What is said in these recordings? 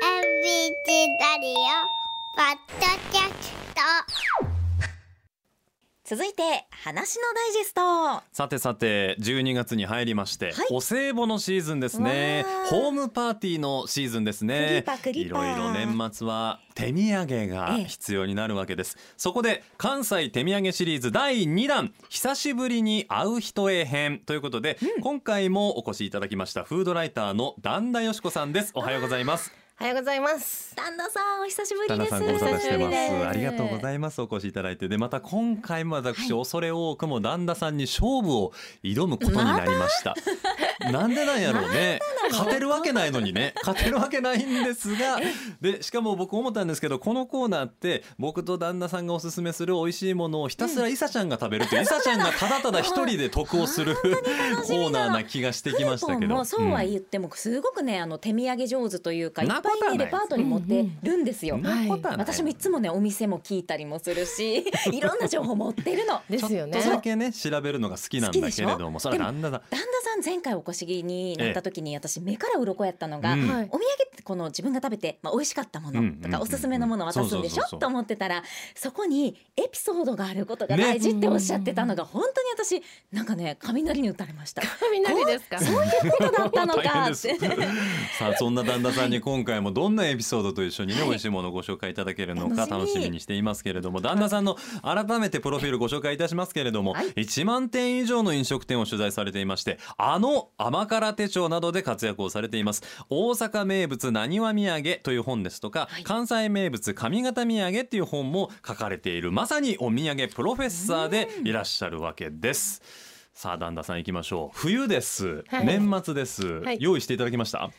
チラリオポッドキャスト続いて話のダイジェストさてさて12月に入りまして、はいお歳暮のシーズンですねわーホームパーティーのシーズンですねクリパクリパいろいろ年末は手土産がええ必要になるわけです、そこで関西手土産シリーズ第2弾久しぶりに会う人へ編ということで、今回もお越しいただきましたフードライターの旦那よしこさんですおはようございますおはようございます。旦那さんお久しぶり旦那ですさんご無沙汰してお久まぶりですすありがとうございますお越しいただいてでまた今回も私、恐れ多くも旦那さんに勝負を挑むことになりましたなんでなんやろうね勝てるわけないのにね勝てるわけないんですがでしかも僕思ったんですけどこのコーナーって僕と旦那さんがおすすめする美味しいものをひたすらイサちゃんが食べるって、うイサちゃんがただただ一人で得をするコーナーな気がしてきましたけクーポンどもそうはうん言ってもすごくね、あの手土産上手というかいっぱないことはないねレパートに持ってるんですよ、そんなことはない私もいつもねお店も聞いたりもするし いろんな情報持ってるのですよねちょっとだけね調べるのが好きなんだけれどもそ好きでれしょは旦那さ旦ん那さん前回お越しになった時に私目から鱗やったのが、うおん土産ってこの自分が食べて、まあ、美味しかったもうんうのんとうんうんかおすすめのものを渡すんでしそうそうそうそょうと思ってたらそこにエピソードがあることがね大事っておっしゃってたのが本当に私なんかね雷に打たれ ました。雷ですか。そういうことだったの 大変かでっすて。 さあそんな旦那さんに今回もどんなエピソードと一緒にね、美味しいものをご紹介いただけるのか楽しみ楽しみにしていますけれども旦那さんの改めてプロフィールご紹介いたしますけれども、はい1万店以上の飲食店を取材されていましてあの甘辛手帳などで活躍をされています大阪名物なにわ土産という本ですとか、はい関西名物上方土産っていう本も書かれているまさにお土産プロフェッサーでいらっしゃるわけですさあ旦那さん行きましょう冬です、はい年末です、はい用意していただきました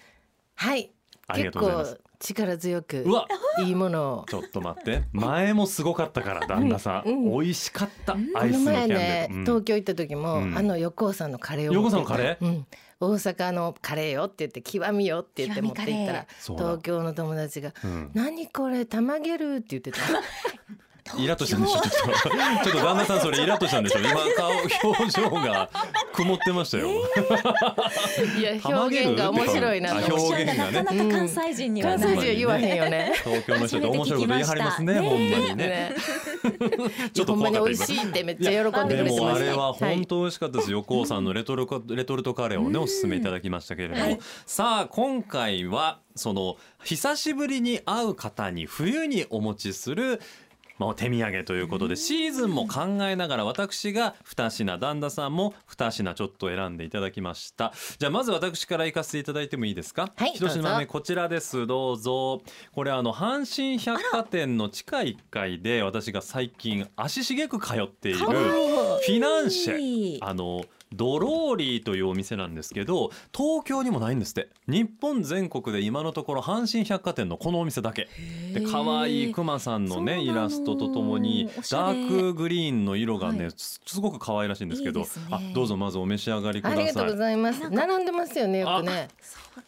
はい。ありが結とうございます構力強くうわいいものを。ちょっと待 って前もすごかったから旦那さん、うんうん美味しかったこアイのスのキャ前ンデねー、うん東京行った時も、うんあの横尾さんのカレーを横尾さ持ってんのカレーー、うん、大阪のカレーよって言って極みよって言って持って行ったらそうだ東京の友達がうん「何これたまげる」って言ってたイラッとしたんでしょちょっとちょっと旦那さんそれイラッとしたん でしょ今顔表情が曇ってましたよ、いやたまげ表る現が面白いなあと思っ表現がねなかなか関西人にてはな関い、西人は言わへんよね。東京の人って面白いこと言い張りますね初めほんまにねねちょっとほんま怖にかった美味今しいってめっちゃ喜んででくれてもまあしれた。は本い当美味しかったです、横尾さんのレトル コレトルトカレーをねおすすめいただきましたけれども、はいさあ今回はその久しぶりに会う方に冬にお持ちするまあ、お手土産ということでシーズンも考えながら私が2品旦那さんも2品ちょっと選んでいただきましたじゃあまず私から行かせていただいてもいいですかはい一どうぞ品目こちらですどうぞこれあの阪神百貨店の地下1階で私が最近足しげく通っているかわいいフィナンシいいェあのドローリーというお店なんですけど東京にもないんですって日本全国で今のところ阪神百貨店のこのお店だけで可愛いクマさんのそねうなイのラストとともにおしゃダれークグリーンの色がね、はいすすごく可愛らしいんですけどいいですねあどうぞまずお召し上がりくだあさいりがとうございます。並んでますよねよくね。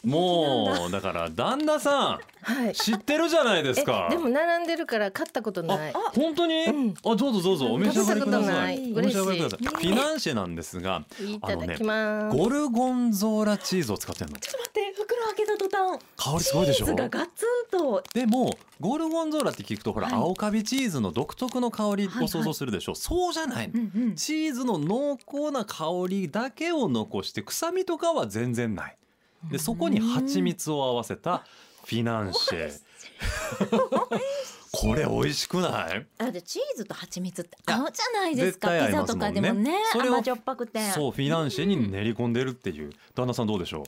もうだから旦那さはんい。知ってるじゃないですかえでも並んでるから買ったことない。あ本当に、うあんどうぞどうぞお召し上がりください食おべたことない召し上がりください嬉フィナンシェなんですがいあたのだねきます。ゴルゴンゾーラチーズを使ってるのちょっと待って袋開けた途端香りすごいでしチーズょがガツンとでもゴルゴンゾーラって聞くとほら、はい青カビチーズの独特の香りを想像するでしょ、そうじゃないの、うんうんチーズの濃厚な香りだけを残して臭みとかは全然ないでそこに蜂蜜を合わせたフィナンシェ これ美味しくないあでチーズと蜂蜜っていや合うじゃないですか、絶対合ピいザますともかんねでもねそれを甘じょっぱくてそうフィナンシェに練り込んでるっていう旦那さんどうでしょ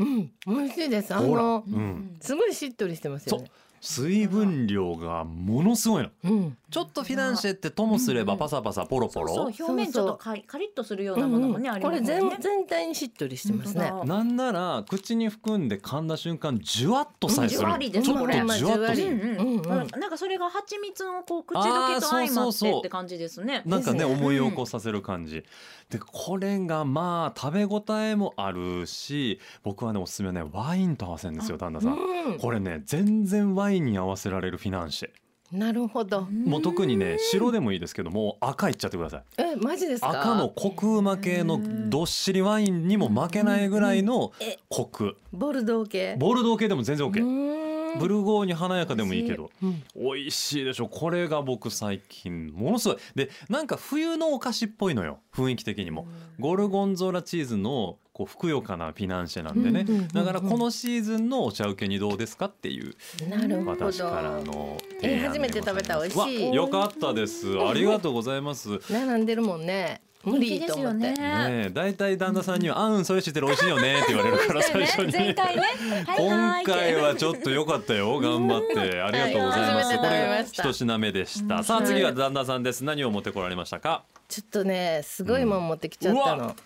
うん、美味しいです。あうほらうの、んすごいしっとりしてますよね。水分量がものすごいのうん、ちょっとフィナンシェってともすればパサパサポロポそうロそう表面ちょっとカリカリッとするようなものもね、うんありこますれもんね全全体にしっとりしてますね。本当だなんなら口に含んで噛んだ瞬間じゅわっとさえうんじすゅる、わりですちょっとじこゅわれっとすじゅるわりうんうんうんうんなんかそれが蜂蜜のこう口どけと相あーそまうっそうそうてって感じですね。なんかねですね思いを起こさせる感じ、でこれがまあ食べ応えもあるし僕はねおすすめはねワインと合わせるんですよ旦那さん、うこれね全然ワインに合わせられるフィナンシェん、なるほど。もう特にね白でもいいですけどもう赤いっちゃってくださいえ、マジですか。赤のコクうま系のどっしりワインにも負けないぐらいのコクボルドー系。ボルドー系でも全然う OK ーんねブルゴーニュ華やかでもいいけどうん美味しいでしょこれが僕最近ものすごいでなんか冬のお菓子っぽいのよ雰囲気的にもゴルゴンゾーラチーズのこうふくよかなフィナンシェなんでね、うんうんうんうんだからこのシーズンのお茶受けにどうですかっていうなるほど私からの提え案初めて食べた美味しいわよかったですありがとうございますね並んでるもんね無理と思っ人気て、ですよねえ大体旦那さんには「あうんそれ知ってる美味しいよね」って言われるか らそう最です初よね前に回ねはいは今い回はちょっと良かったよ頑張ってありがとうございます、はい初めて食こべれました一品目でした、さあ次は旦那さんです何を持ってこられましたかちょっとねすごいもん持ってきちゃったうんうの、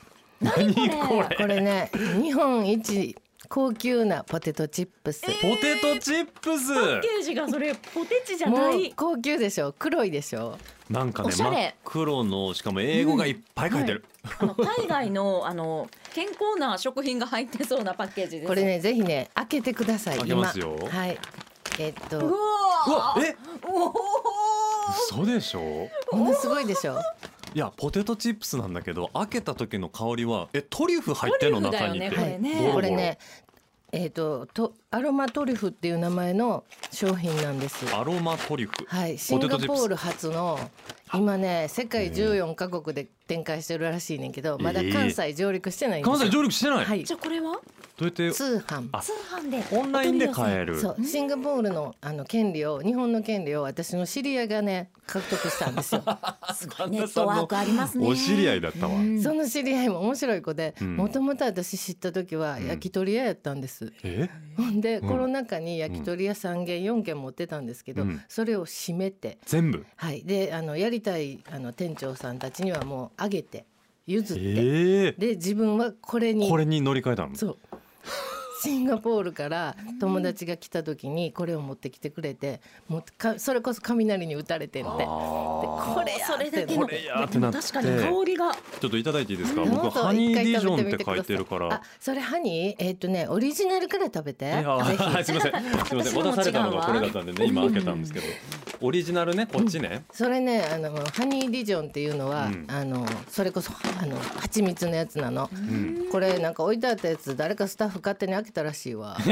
何これこれね日本一高級なポテトチップス、ポテトチップスケージがそれポテチじゃなもうい高級でしょ黒いでしょなんかおねしゃ真れっ黒のしかも英語がいっぱい書いてる、あの海外のあの健康な食品が入ってそうなパッケージですこれねぜひね開けてください開けますよ今はいえっうとうわわーえおー嘘でしょものすごいでしょいやポテトチップスなんだけど開けた時の香りはえトリュフ入ってるのトリュフだよ中にねって、これねゴロゴロこれねえっととアロマトリュフっていう名前の商品なんですアロマトリュフはい、シポンテガトチップスポール発の今ね世界14カ国で展開してるらしいねんけどまだ関西上陸してないんです関西上上陸してない、はいじゃあこれはどうやって通販あ通販でオンラインで買えるそうシンガポールのあの権利を日本の権利を私の知り合いがね獲得したんですよ旦ネ那ットさんのワークありますねお知り合いだったわ、うんその知り合いも面白い子でうんもともと私知った時は焼き鳥屋やったんです、えほんで、うんコロナ禍に焼き鳥屋3軒4軒持ってたんですけど、うんそれを閉めて全部はいであのやりたいあの店長さんたちにはもうあげて譲って、えで自分はこれにこれに乗り換えたのそうシンガポールから友達が来た時にこれを持ってきてくれてもうかそれこそ雷に打たれてんでであこれやそれだけってのこれやってなって確かに香りがーちょっといただいていいですかどうぞ僕ハニーディジョンっ一て書い回食べてみるくかださいらあそれハニーえっ、とねオリジナルから食べていやぜひー すみませんすみません渡されたのがこれだったんでね今開けたんですけどオリジナルねこっちね、それねあのハニーディジョンっていうのは、うんあのそれこそあの蜂蜜のやつなの、うんこれなんか置いてあったやつ誰かスタッフ勝手に開けたらし いわちょ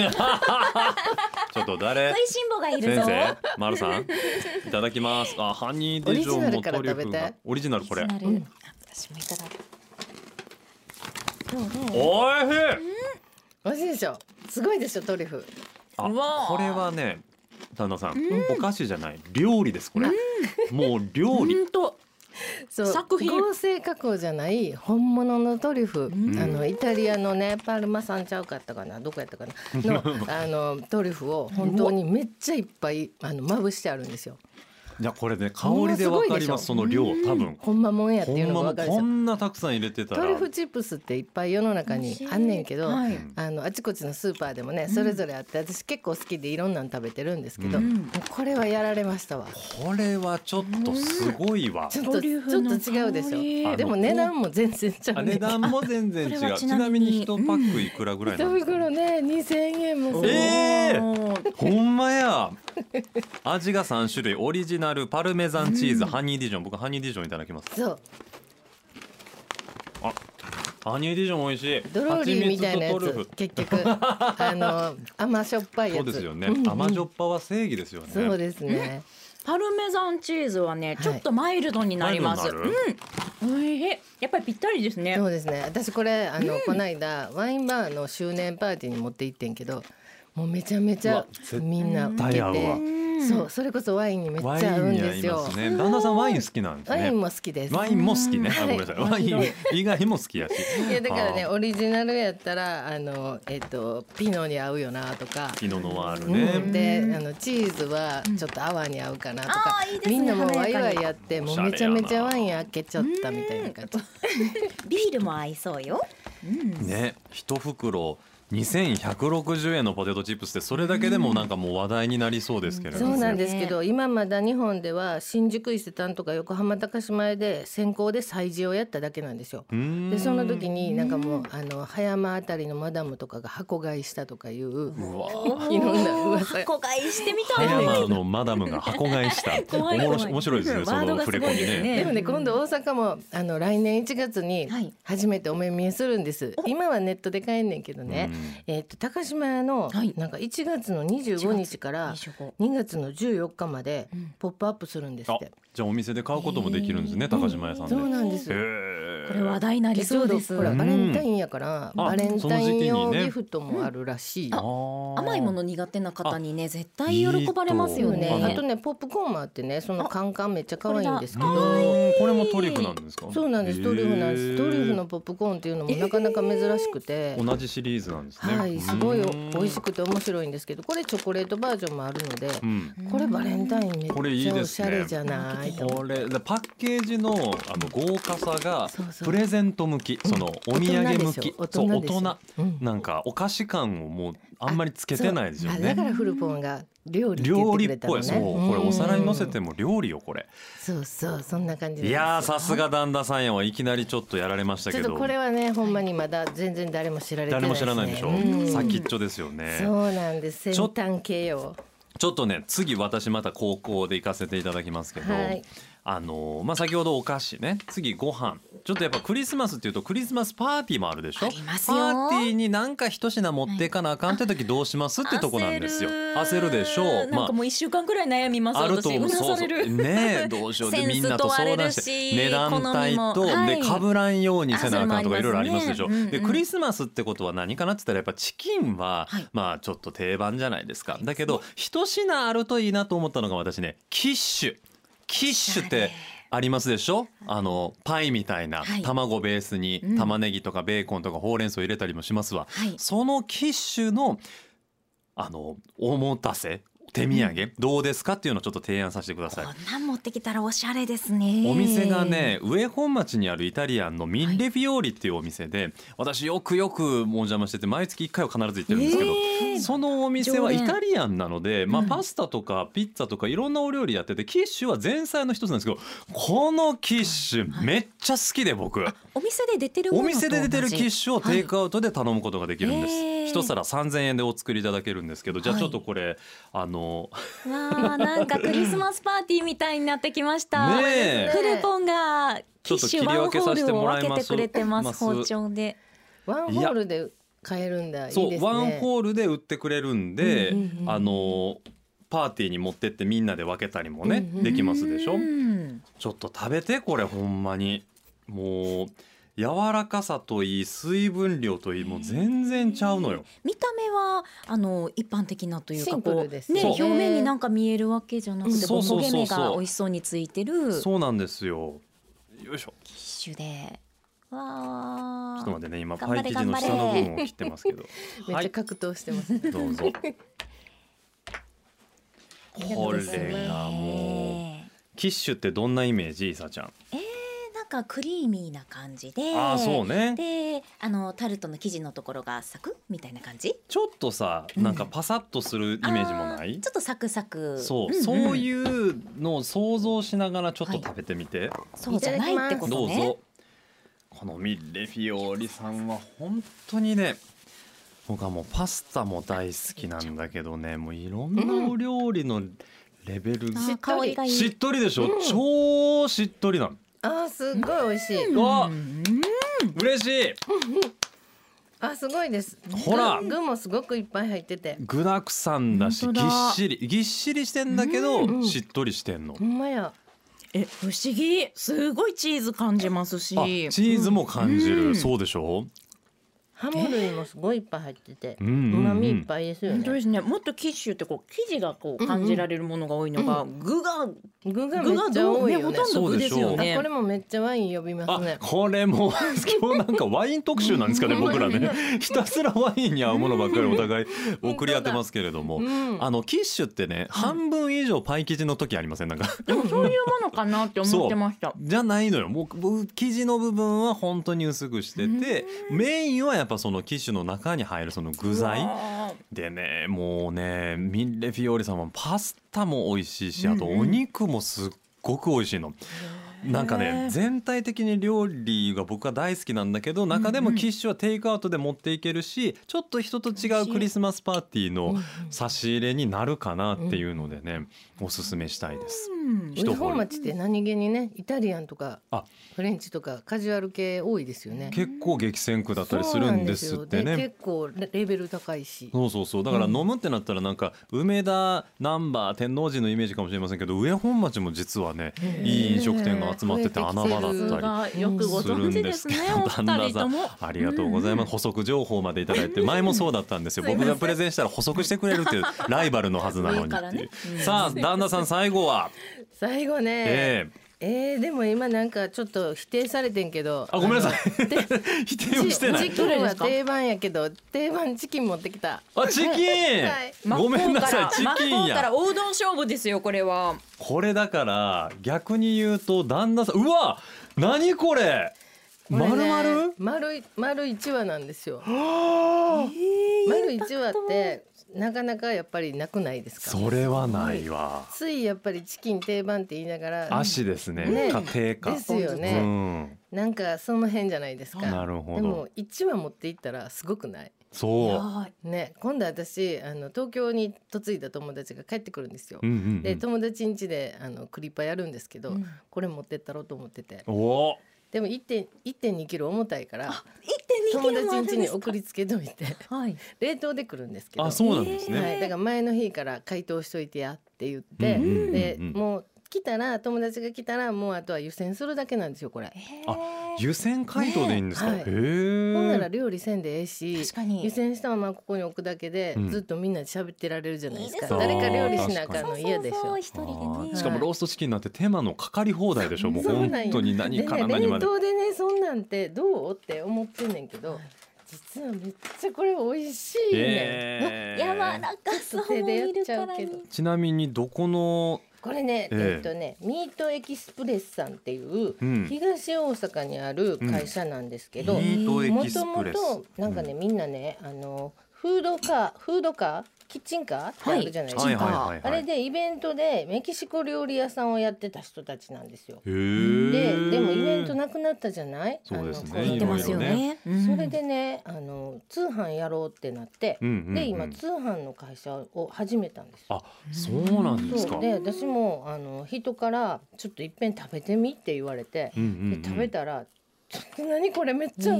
っと誰食いしん坊がいる先ぞ生まるさんいただきますあハニーディジョンもトリュフがオリジナルこれ気になる私もいただくどうどうおいしい美味しいでしょすごいでしょトリュフあうわーこれはね旦那さん、お菓子じゃない料理ですこれ、もう料理、本当そう作品合成加工じゃない本物のトリュフ、んあのイタリアのねパルマさんちゃうかったかなどこやったかなの あのトリュフを本当にめっちゃいっぱいあのまぶしてあるんですよじゃこれね香りでわかりますそほの量多分ほんまもんやってほいうんのまがもうわかるでこしょんなたくさん入れてたらトリュフチップスっていっぱい世の中にあんねんけど、はいあのあちこちのスーパーでもねそれぞれあって私結構好きでいろんなの食べてるんですけど、うんこれはやられましたわこれはちょっとすごいわちょっとトリちュょっフのと違うでし香りょでも値段も全然ちゃあうね値段も全然違これうはちちななみみにに一パックいくらぐらいな一んですか袋ね2000円もする、えーもうほんまや味が三種類オリジナルパルメザンチーズ、ハニーディジョン僕ハニーディジョンいただきますそうハニーディジョン美味しいドローリーみたいなや蜂蜜とトリュつフ結局あの甘しょっぱいやつそうですよね、んん甘じょっぱは正義ですよねそうですねパルメザンチーズはねいちょっとマイルドになります、マイルドになうん美味しいやっぱりぴったりですねそうですね私これあの、こないだワインバーの周年パーティーに持って行ってんけどもうめちゃめちうゃわ絶対みんな受対け合うわてそうそれこそワインにめっちワゃ合イうンんに合でいすよますね。旦那さんワイン好きなんですワイねン。も好きですワインも好きね。あごうめんんなさい。ワイン以外も好きやし。いやだからねあー。オリジナルやったらあのえっ、とピノに合うよなとかピノノワールうん、ね。であのチーズはちょっと泡に合うかなとかあ、ーいいですねみんなもうワ華イやかワにイやってもおうしゃれやめなちゃめちゃワイン開けちゃったみたいな感じビールも合いそうよ、うん、ね、一袋。2160円のポテトチップスってそれだけでもなんかもう話題になりそうですけれどそもうなんねですけど今まだ日本では新宿伊勢丹とか横浜高島屋で先行で催事をやっただけなんですよ。うーんでその時になんかもうあの葉山あたりのマダムとかが箱買いしたとかいううわいろんな噂箱買いしてみた葉い山のマダムが箱買いした怖いおもろし怖い面白いですねうんそワードのが触れす込ごいみですねねでもね今度大阪もあの来年1月にはい初めてお目見えするんです、今はネットで買えんねんけどね、えっと高島屋のはいなんか1月の25日から25 2月の14日までうんポップアップするんですあって。じゃあお店で買うこともできるんですね、へー高島屋さんで。そうなんです。へこーこれ話題になりそうですほらうんバレンタインやからあバレンタインその時期に用ねギフトもあるらしい。あよー甘いもの苦手な方にね絶対喜ばれますよいいと思うあねとねポップコーンもあってねそのカンカンめっちゃ可愛いんですけうど。ーんこれもトリュフなんですか。そうなんですトリュフなんですトリュフのへポップコーンっていうのもなかなか珍しくてー。同じシリーズなんですね。はい、すごいお美味しく。くて面白いんですけどこれチョコレートバージョンもあるのでうん。これバレンタインこれめっいちいゃでおすしねゃれじゃないと思こうれだパッケージのあの豪華さがそうそうプレゼント向き、そのお土産向き、そう大大人です人よ大人ですようんなんかお菓子感をもうあんまりつけてないですよそうあだかね。らフルポンが料理って言料って理くっれたぽのい、ねそうこれお皿に乗せてもも料理よこれ。そうそうそんな感じなんでいすよやーさすが旦那さんやはいきなりちょっとやられましたちょけっど。とこれはねほんまにまだ全然誰も知られてない誰すねも知らないでしょ、うん先っちょですよねそうなんですちょ先端系よちょっとね次私また高校で行かせていただきますけど、はいあのーまあ、先ほどお菓子ね次ご飯ちょっとやっぱクリスマスっていうとクリスマスパーティーもあるでしょありますよパーティーになんか一品持っていかなあかんって時どうしますってとこなんですよ焦るでしょう、なんかもう一週間くらい悩みますあると私思ううなそさうそれ うるねえどうしようでセンスみんなと相談問われしるてし値段帯と、好みもはいでかぶらんようにせなあかんとかあいろいろありますでしょ、それもありますねでうんうんクリスマスってことは何かなって言ったらやっぱチキンは、はいまあちょっと定番じゃないですかだけど一品あるといいなと思ったのが私ねキッシュキッシュってありますでしょあのパイみたいなはい卵ベースにうん玉ねぎとかベーコンとかほうれん草入れたりもしますわ、はいそのキッシュのあのおもたせ手土産、どうですかっていうのをちょっと提案させてくだこさい。んなん持ってきたらおしゃれですねお店がね上本町にあるイタリアンのミンレフィオーリっていうお店で、私よくよくもうお邪魔してて毎月1回は必ず行ってるんですけど、そのお店は常イ連タリアンなので、まあ、うんパスタとかピッツァとかいろんなお料理やっててキッシュは前菜の一つなんですけどこのキッシュめっちゃ好きで僕、お店で出てるもおのと同じ店で出てるキッシュをテイクアウトで頼むことができるんです、はいえー一皿3000円でお作りいただけるんですけどじゃあはいちょっとこれ、あのわあなんかクリスマスパーティーみたいになってきました。ねえフルポンがちキょッっとシ切ュりワン分ホけさせーてルをもら分いまけてすくれてますます包丁で。ワンホールで買えるんだいいですそうねワンホールで売ってくれるんで、うんうんうんあのパーティーに持ってってみんなで分けたりもね、うんうんできますでしょうんちょっと食べてこれほんまにもう柔らかさといい水分量といいもう全然ちゃうのよ見た目はあの一般的なというかシンプルですねそう表面になんか見えるわけじゃなくてこそううそう焦そうげそう目が美味しそうについてるキッそうなんですよよいしょシュで。わちょっあと。待ってね今頑張パれイ生地の下の部分を切ってますけどめっはちゃい格闘してますね、どうぞこいれがもうキッシュってどんなイメージいさちゃんうなんかクリーミーな感じで。ああそうねであのタルトの生地のところがサクッみたいな感じちょっとさなんかパサッとするイメージもなあいーちょっとサクサクそう、んんそういうのを想像しながらちょっと食べてみて、そうじゃないってことねどうぞこのミッレフィオーリさんは本当にね僕はもうパスタも大好きなんだけどねもういろんなお料理のレベルあーが、しっとり香りがいいしっとりでしょ、超しっとりなのあーすっごい美味しい、うわうん嬉しいあすごいですほら具もすごくいっぱい入ってて具だくさんだし本ぎ当っだしりぎっしりしてんだけど、うんしっとりしてんの、ほんまやえ不思議すごいチーズ感じますしあチーズも感じる、うんそうでしょハム類もすごいいっぱい入ってて、うんうんうん旨味いっぱいですよ本当でねすねもっとキッシュってこう生地がこう感じられるものが多いのが、具が具がめ具っがちゃどう多いねよほねとんど具ですよそうあねこれもめっちゃワイン呼びますねあこれも 今日なんかワイン特集なんですかね僕らねひたすらワインに合うものばっかりお互い送り合ってますけれども。うんあのキッシュってね、半分以上パイ生地の時ありませんなんかでもそういうものかなって思ってましたじゃないのよもう僕生地の部分は本当に薄くしててメインはやっぱそのキッシュの中に入るその具材わあでねもうねミンレフィオーレさんはパスタも美味しいしうんあうんとお肉もすっごく美味しいの。なんかね全体的に料理が僕は大好きなんだけど中でもキッシュはテイクアウトで持っていけるしちょっと人と違うクリスマスパーティーの差し入れになるかなっていうのでねおすすめしたいです。うん一上本掘り町って何気にねイタリアンとかあフレンチとかカジュアル系多いですよね。結構激戦区だったりするんですってそうなんですよね。で結構レレベル高いし。そうそうそうだから飲むってなったらなんか梅田難波天王寺のイメージかもしれませんけど上本町も実はねいい飲食店が集まっててへー穴場だったりがよくごする存ん知でですすけねど、お二人とも。ありがとうございます。補足情報までいただいて、前もそうだったんですよ。僕がプレゼンしたら補足してくれる っていうライバルのはずなのにっていう。さあ、旦那さん最後は、最後ね。えええーでも今なんかちょっと否定されてんけど。あ、ごめんなさいあ。 否定の。をしてなチい。キンは定番やけど定番チキン持ってきた。あ、チキン。ごめんなさい、チ真っ向からキン真っ向かやら。大うどん勝負ですよこれは。これだから、逆に言うと、旦那さん、うわ、何これ。これまるねまる。丸い丸一話なんですよ。丸一話ってなかなかやっぱりなくないですか。それはないわ。ついやっぱりチキン定番って言いながら。足ですね。ね家庭でか。すようね。ん。なんかその辺じゃないですか。なるほどでも一話持っていったらすごくない。そね、今度私あの東京に嫁いだ友達が帰ってくるんですよ。う。うんうんうんで友達ん家であのクリパやるんですけど、うんこれ持ってったろうと思ってておお。でも1.2キロ重たいから1.2友キロも達あるんん家でにすか送。りつけといて はい。冷凍で来るんですけどあ、そうなんですね。はい、だから前の日から解凍しといてやって言って、うんうんうんうんでもう来たら友達が来たらもうあとは湯煎するだけなんですよこれ。あ、湯煎解凍でいいんですか。ねへはいえ。ほんなら料理せんでええし確かに湯煎したままここに置くだけで、うんずっとみんなで喋ってられるじゃないですかいいですね誰か料理しなあかんの嫌でしょ。そうそうそう一人であーねしかもローストチキンなんて手間のかかり放題でしょ。もう そう本なんよ当に何から何まででね冷。凍でねそんなんてどうって思ってんねんけど実はめっちゃこれ美味しいねん、えー柔らかさもいるからにちなみにどこの、これね、えええっとねミートエキスプレスさんっていううん東大阪にある会社なんですけミど、ートエもキスともプレス。となんかね、みんなねあのフードカーフードカーキッチンカーってあるじゃないですはか、いはいはいあはれい。でイベントでメキシコ料理屋さんをやってた人たちなんですよ。へでーでもイベントなくなったじゃないそうですねあのコ言いろロナってまいろねすよね。うんそれでねあの通販やろうってなって、うんうんうんで今通販の会社を始めたんですよ。あ、そうなんですそか。うで私もあの人から「ちょっといっぺん食べてみ」って言われて、うんうんうん。で食べたら「ちょっと何これめっちゃ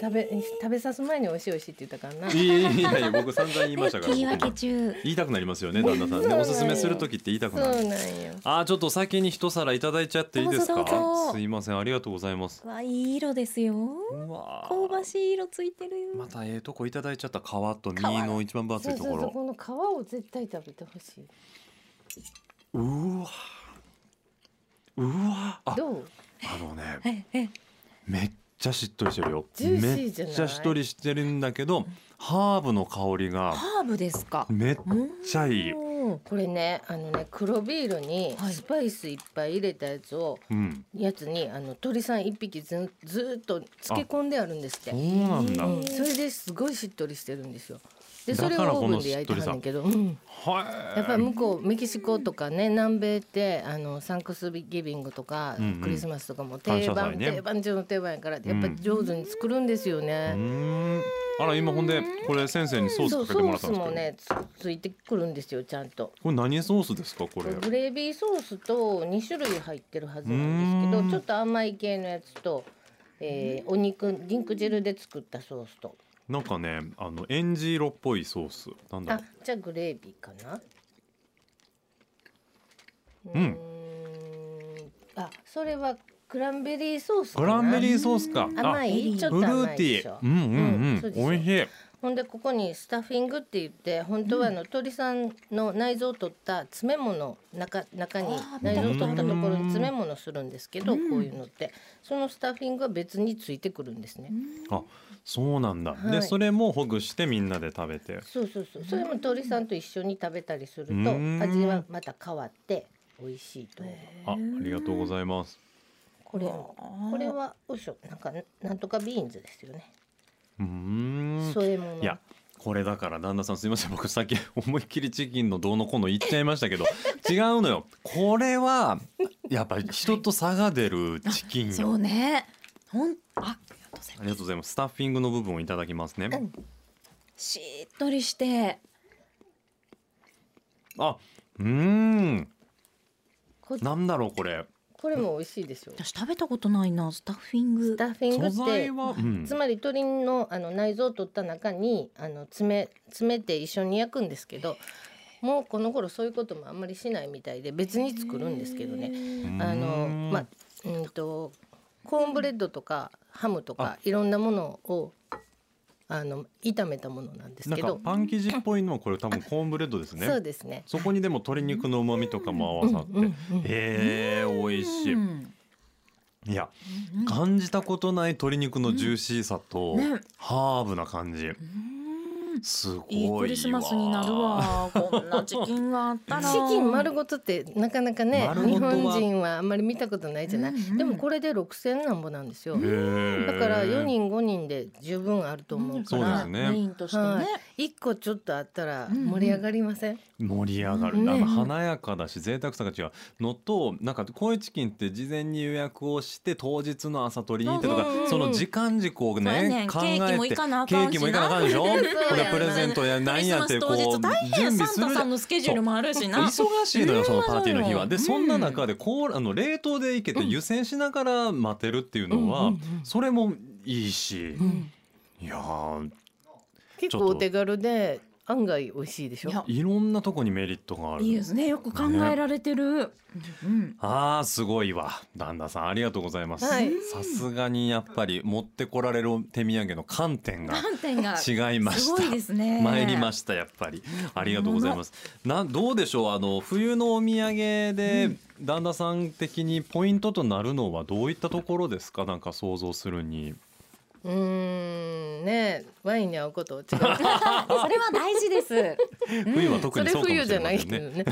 食べ食べさす前に美味しい美味しい」って言ったからないやいやいや僕散々言いましたから。切り分僕けも中。言いたくなりますよね、旦那さんそうね。なんよおすすめする時って言いたくそうななんる。よ。あー、ちょっと先に一皿いただいちゃっていいですどかうぞどう。ぞすいません、ありがとうございます。わいい色ですよ。うわ香ーばしい色ついてるよ。またええとこいただいちゃった皮と身の一番分厚そいうとそこうそうろこの皮を絶対食べてほしい。うーわうわあどう？あのねめっちゃしっとりしてるよジューシめーっじゃないちゃしっとりしてるんだけどハーブの香りがハーブですか。めっちゃいい、うんこれねあのね黒ビールにはいスパイスいっぱい入れたやつをうん、やつにあの鳥さん一匹ずずーっと漬け込んであるんですってそう。なんだ、うん、それですごいしっとりしてるんですよ。でそだれかをらオーこブのンで焼いてはんねんけど、うんやっぱはり向こうメキシコとかね南米ってあのサンクスギビングとか、うんうんクリスマスとかも感定謝番、祭ね定番中の定番やからやっぱり上手に作るんですよいね。うーんあら今ほんでこれ先生にソーそスかけうソてもらっーたスんですけもど、ねつついてくるんですよちゃんと。これ何ソースですかこれグレービーソースと2種類入ってるはずなんですうけんどちょっと甘い系のやつと、えーお肉肉汁で作ったソースとなんかねあのエンジ色っぽいソースなんだあろうじゃあグレービーかなうんうーんあそれはクランベリーソースかグなランベリーソースかあ甘いちょっフルとー甘テいでィしーょ、うんうんそううんでしょ美味しいほんでここにスタッフィングって言って本当はあの鳥さんの内臓を取った詰め物中中にあー内臓を取ったところに詰め物するんですけどこういうのってそのスタッフィングは別についてくるんですね。あそうなんだ、はいでそれもほぐしてみんなで食べてそうそうそうそれも鳥さんと一緒に食べたりするとうん味はまた変わって美味しいと思う。あありがとうございますこれこれはおいしょなんかなんとかビーンズですよね。うーん添え物。いやこれだから旦那さんすいません僕さっ き思いっきりチキンのどうのこうの言っちゃいましたけど違うのよこれはやっぱり人と差が出るチキンそうね。ほん、あ、ありがとうございありがとうございますスタッフィングの部分をいただきますね、ます。しっとりして。あうーんこなんだろうこれこれも美味しいでしょ私食べたことないな、スタッフィングス。タッフィング素っ材ては、うんつまり鶏のあの内臓を取った中にあの詰め詰めて一緒に焼くんですけどもうこの頃そういうこともあんまりしないみたいで別に作るんですけどねあのうんまあうんとコーンブレッドとかハムとあかいろんなものをあの炒めたものなんですなんけかどパン生地っぽいのはこれ多分コーンブレッドですねそうですね。そこにでも鶏肉の旨味とかも合わさって、うんうんうんへえ美味しい、うんいや感じたことない鶏肉のジューシーさと、ねハーブな感じすごいいいわクリスマスになるわ。こんなチキンがあったら。チキン丸ごとってなかなかね丸ご日とは本人はあんまり見たことないじゃない、うんうんでもこれで6,000なんぼなんですよ、へえだから4人5人で十分あると思うかそうでら、すねメインとしてはね。い、1個ちょっとあったらうんうん盛り上がりません、盛り上がる、ねあの華やかだし贅沢さが違うのとなんかこういうチキンって事前に予約をして当日の朝取りに行ってとか、うんうんうんその時間軸をそうねやねん考ケーキもえいてかなあケかーんしなキもいかなあかんでしょ こそうれやなプレゼントやなんやってこクリスマス当日大う準変備すサンるタさんのスケジュールもあるしな。忙しいのよそのパーティーの日うは。んでそんな中でこうあの冷凍でいけて湯煎しながら待てるっていうのは、うんうんうんそれもいいし、うんいやー結構お手軽で案外美味しいでしょいやいろんなとこにメリットがある。いいですね。よく考えられてる。 うんあーすごいわ旦那さんありがとうございますはいさすがにやっぱり持ってこられる手土産の観点 が観点がす違いましたごいですね。参りまししたやっぱりありがとうございますなんどうでしょうあの冬のお土産で旦那さん的にポイントとなるのはどういったところですかなんか想像するにうーんねワインに合うこと違う た。それは大事です。 冬は特そにれそうかもし冬じれゃまなせいんけどね ね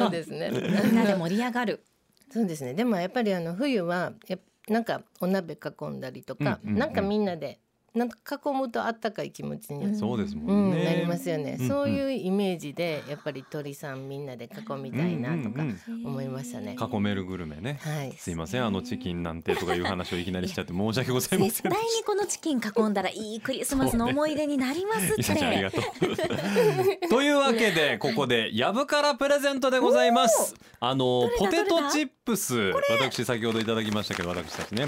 そうですねみんなで盛り上がる。そうですねでもやっぱりあの冬はやっなんかお鍋囲んだりとか、うんうんうんなんかみんなでなんか囲むとあったかい気持ちに、そうですうもんんねなりますよね、うんうんそういうイメージでやっぱり鳥さんみんなで囲みたいなとかうんうんうん思いましたね、囲めるグルメねはいすいませんあのチキンなんてとかいう話をいきなりしちゃって申し訳ございま絶せん対でしたにこのチキン囲んだらいいクリスマスの思い出になり ますいっさちゃんありて。がとう。 というわけでここでやぶからプレゼントでございます。あのポテトチップス私先ほどいただきましたけど私たちね。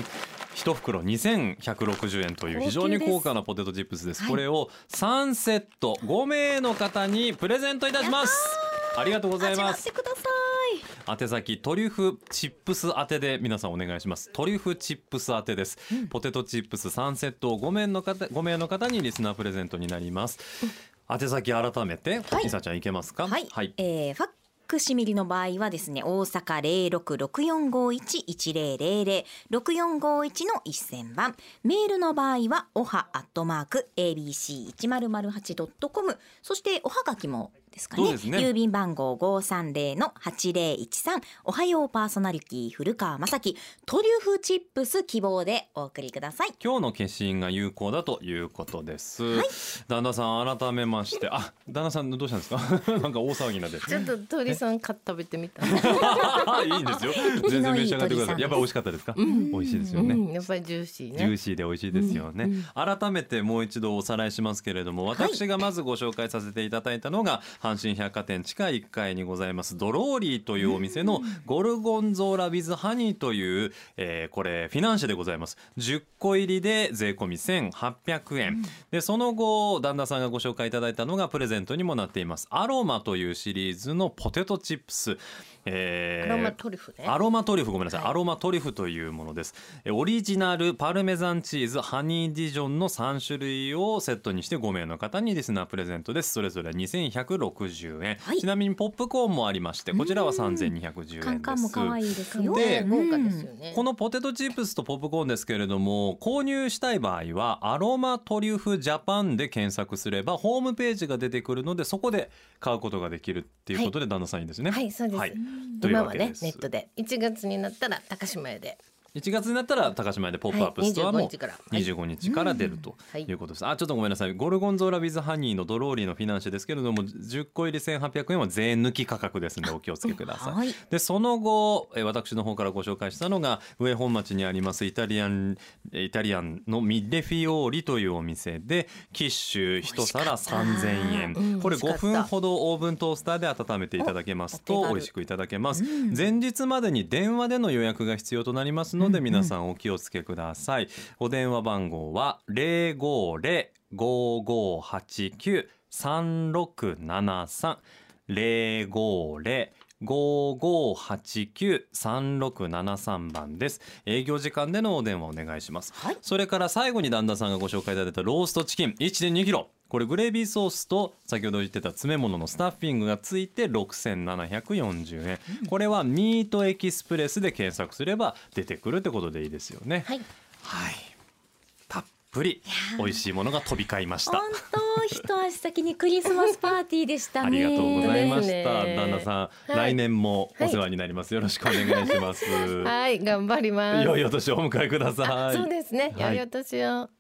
一袋2160円という非常に高価なポテトチップスです。これを3セット5名の方にプレゼントいたします。ありがとうござい味わまっすて。ください。宛先トリュフチップス宛てで皆さんお願いしますトリュフチップス宛てです、ポテトチップス3セットを5名の方5名の方にリスナープレゼントになります、宛先改めて、いさちゃんいけますかはい、はい、えーファックシミリの場合はですね、大阪零六六四五一一零零零六四五一の一千番。メールの場合はおはアットマーク A. B. C. 一0 0 8ドットコム。そしておはがきも。ですかねそうですね郵便番号五三零の八零一三。おはようパーソナリティ古川雅樹。トリュフチップス希望でお送りください。今日の消印が有効だということです、旦那さん改めましてあ旦那さんどうしたんですかなんか 大騒ぎになってちょっと鳥さんか食べてみ た、いいんですよ全然召し上がいい鳥さんってくださでいすやっぱり美味しかったですか、美味しいですようね、ん、やっぱりジューシージューねシーで美味しいですよね、改めてもう一度おさらいしますけれども私がまずご紹介させていただいたのが、阪神百貨店地下1階にございますドローリーというお店のゴルゴンゾーラビズハニーという、えーこれフィナンシェでございます10個入りで税込み1800円、でその後旦那さんがご紹介いただいたのがプレゼントにもなっていますアロマというシリーズのポテトチップス、えアーロマトリュフねアロマトリュフごめんなさい、はいアロマトリュフというものですえオリジナルパルメザンチーズハニーディジョンの3種類をセットにして5名の方にリスナープレゼントですそれぞれ2160円、はいちなみにポップコーンもありましてこちらは3210円ですカンカンも可愛いですよ。で豪華ですよねこのポテトチップスとポップコーンですけれども購入したい場合はアロマトリュフジャパンで検索すればホームページが出てくるのでそこで買うことができるっていうことで旦那さんいいですねはいそうです、はいという今わはけでねすネットで1月になったら高島屋で1月になったら高島屋でポップアップストア25も日からはい25日から出るとはいいうことです。あ、ちょっとごめんなさい。ゴルゴンゾーラビズハニーのドローリーのフィナンシェですけれども、10個入り1800円は税抜き価格ですのでお気をつけください。はいでその後えー私の方からご紹介したのが上本町にありますイタリアンえーイタリアンのミッレフィオーリというお店でキッシュ一皿3000円、うんこれ美味しか5った分ほどオーブントースターで温めていただけますおお手と軽美味しくいただけます、前日までに電話での予約が必要となりますので皆さんお気をつけください、お電話番号は050-5589 3673 050-5589-3673番です営業時間でのお電話お願いします、はいそれから最後に旦那さんがご紹介いただいたローストチキン1 2キロこれグレービーソースと先ほど言ってた詰め物のスタッフィングがついて6740円、これはミートエキスプレスで検索すれば出てくるってことでいいですよねはいはいたっぷり美味しいものが飛び交いました本当一足先にクリスマスパーティーでしたね。ありがとうございましねた。旦那さん、来年もお世話になります。よろしくお願いします。はい頑張ります良いお年をお迎えください。そうですねはい良いお年を